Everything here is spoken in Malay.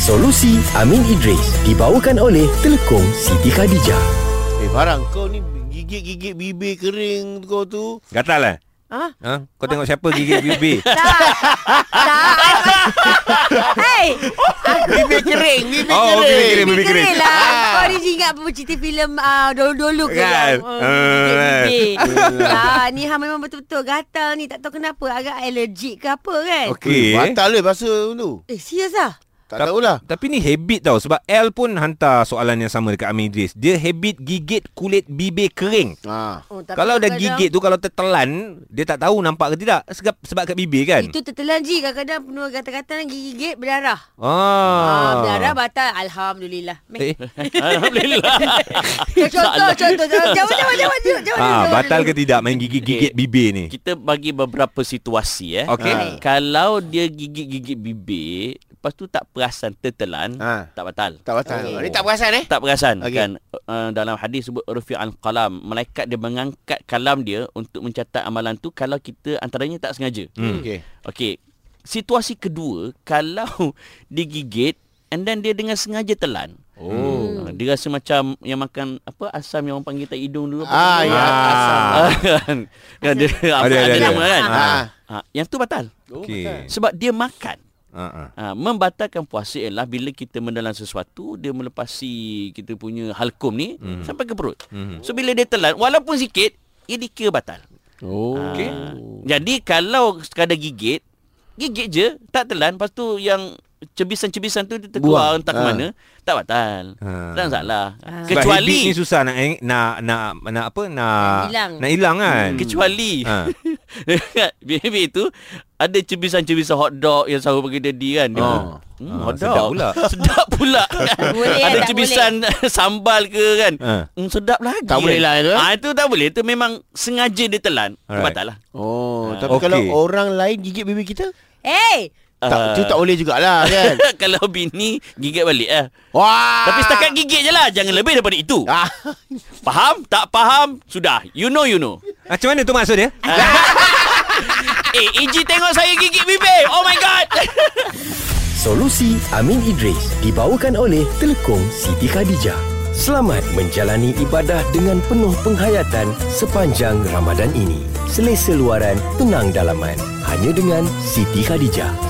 Solusi Amin Idris dibawakan oleh Telekom Siti Khadijah. Eh barang kau ni gigit-gigit bibir kering kau tu. Gatal eh? Ah, Ha? Kau tengok siapa gigit bibir? tak. tak. Hei, Bibir kering, bibir Oh, kering. bibir kering. bibir kering. kering lah. Kau ni je ingat apa cerita filem ah, dulu-dulu ke? Kan? yang, ah, bibir. Ah, ni ha memang betul-betul gatal ni. Tak tahu kenapa. Agak alergik ke apa kan? Eh, Okey. Batal lah bahasa tu. Eh, serius lah. Tak tahulah. Tapi ni habit tau sebab L pun hantar soalan yang sama dekat Amin Idris. Dia habit gigit kulit bibir kering. Ha. Oh, tapi Kalau dah kadang-kadang- gigit tu kalau tertelan, dia tak tahu nampak ke tidak sebab sebab kat bibir kan. Itu tertelan je kadang-kadang penuh kata-kata gigit berdarah. Ah, Ah. berdarah batal. Alhamdulillah. Meh. Eh, Alhamdulillah. Contoh, contoh. Jawab, jawab, jawab. jawab, jawab, jawab ah, jawab batal dulu. ke tidak main Eh, gigit-gigit bibir ni? Kita bagi beberapa situasi eh. Okey. Ah. Ha. Kalau dia gigit-gigit bibir, lepas tu tak perasan tertelan, Ha. tak batal. Tak batal. Oh. Ni tak perasan eh? Tak perasan Okey. okay. kan uh, dalam hadis sebut rufi'al qalam malaikat dia mengangkat kalam dia untuk mencatat amalan tu kalau kita antaranya tak sengaja. Hmm. Okey. Okey. Situasi kedua kalau digigit and then dia dengan sengaja telan. Oh. Hmm. Dia rasa macam yang makan apa asam yang orang panggil tak hidung dulu apa Ah, tu? ya. Ah. Asam. kan kan dia apa Ada, ada, ada, ada, ada. nama kan Ha. ha. yang tu batal Hmm. Okey. sebab dia makan Ah, ah. ha. membatalkan puasa ialah bila kita menelan sesuatu dia melepasi kita punya halkum ni hmm. sampai ke perut Hmm. hmm. so bila dia telan walaupun sikit ia dikira batal Oh. Okey. jadi kalau sekadar gigit gigit je tak telan lepas tu yang cebisan-cebisan tu dia terkeluar Buang. entah ke Ah. mana tak batal Ah. tak masalah Sebab habit ni kecuali susah nak eh, nak nak nak apa nak Nak hilang. Nak hilang kan. Hmm, kecuali Ha. Dekat BB tu ada cebisan-cebisan hot dog yang sahur bagi daddy kan. Dia, Oh. Hmm, Ah, hot dog. sedap pula. sedap pula. kan? Boleh, ada tak cebisan sambal ke kan. Ha. Hmm, sedap lagi. Tak boleh lah itu, eh? Ah, itu tak boleh. Itu memang sengaja dia telan. Alright. Right. Batal lah. Oh, Ah. tapi kalau Okey. orang lain gigit bibir kita? Hey, Tak, tu tak boleh jugalah kan. Ah. Kalau bini gigit balik eh. Wah. Tapi setakat gigit je lah Jangan lebih daripada itu Ah. Faham? Tak faham? Sudah You know you know Macam mana tu maksud dia? Eh Eji tengok saya gigit bibir Oh my god Solusi Amin Idris dibawakan oleh Telekom Siti Khadijah. Selamat menjalani ibadah dengan penuh penghayatan sepanjang Ramadan ini. Selesa luaran, tenang dalaman. Hanya dengan Siti Khadijah.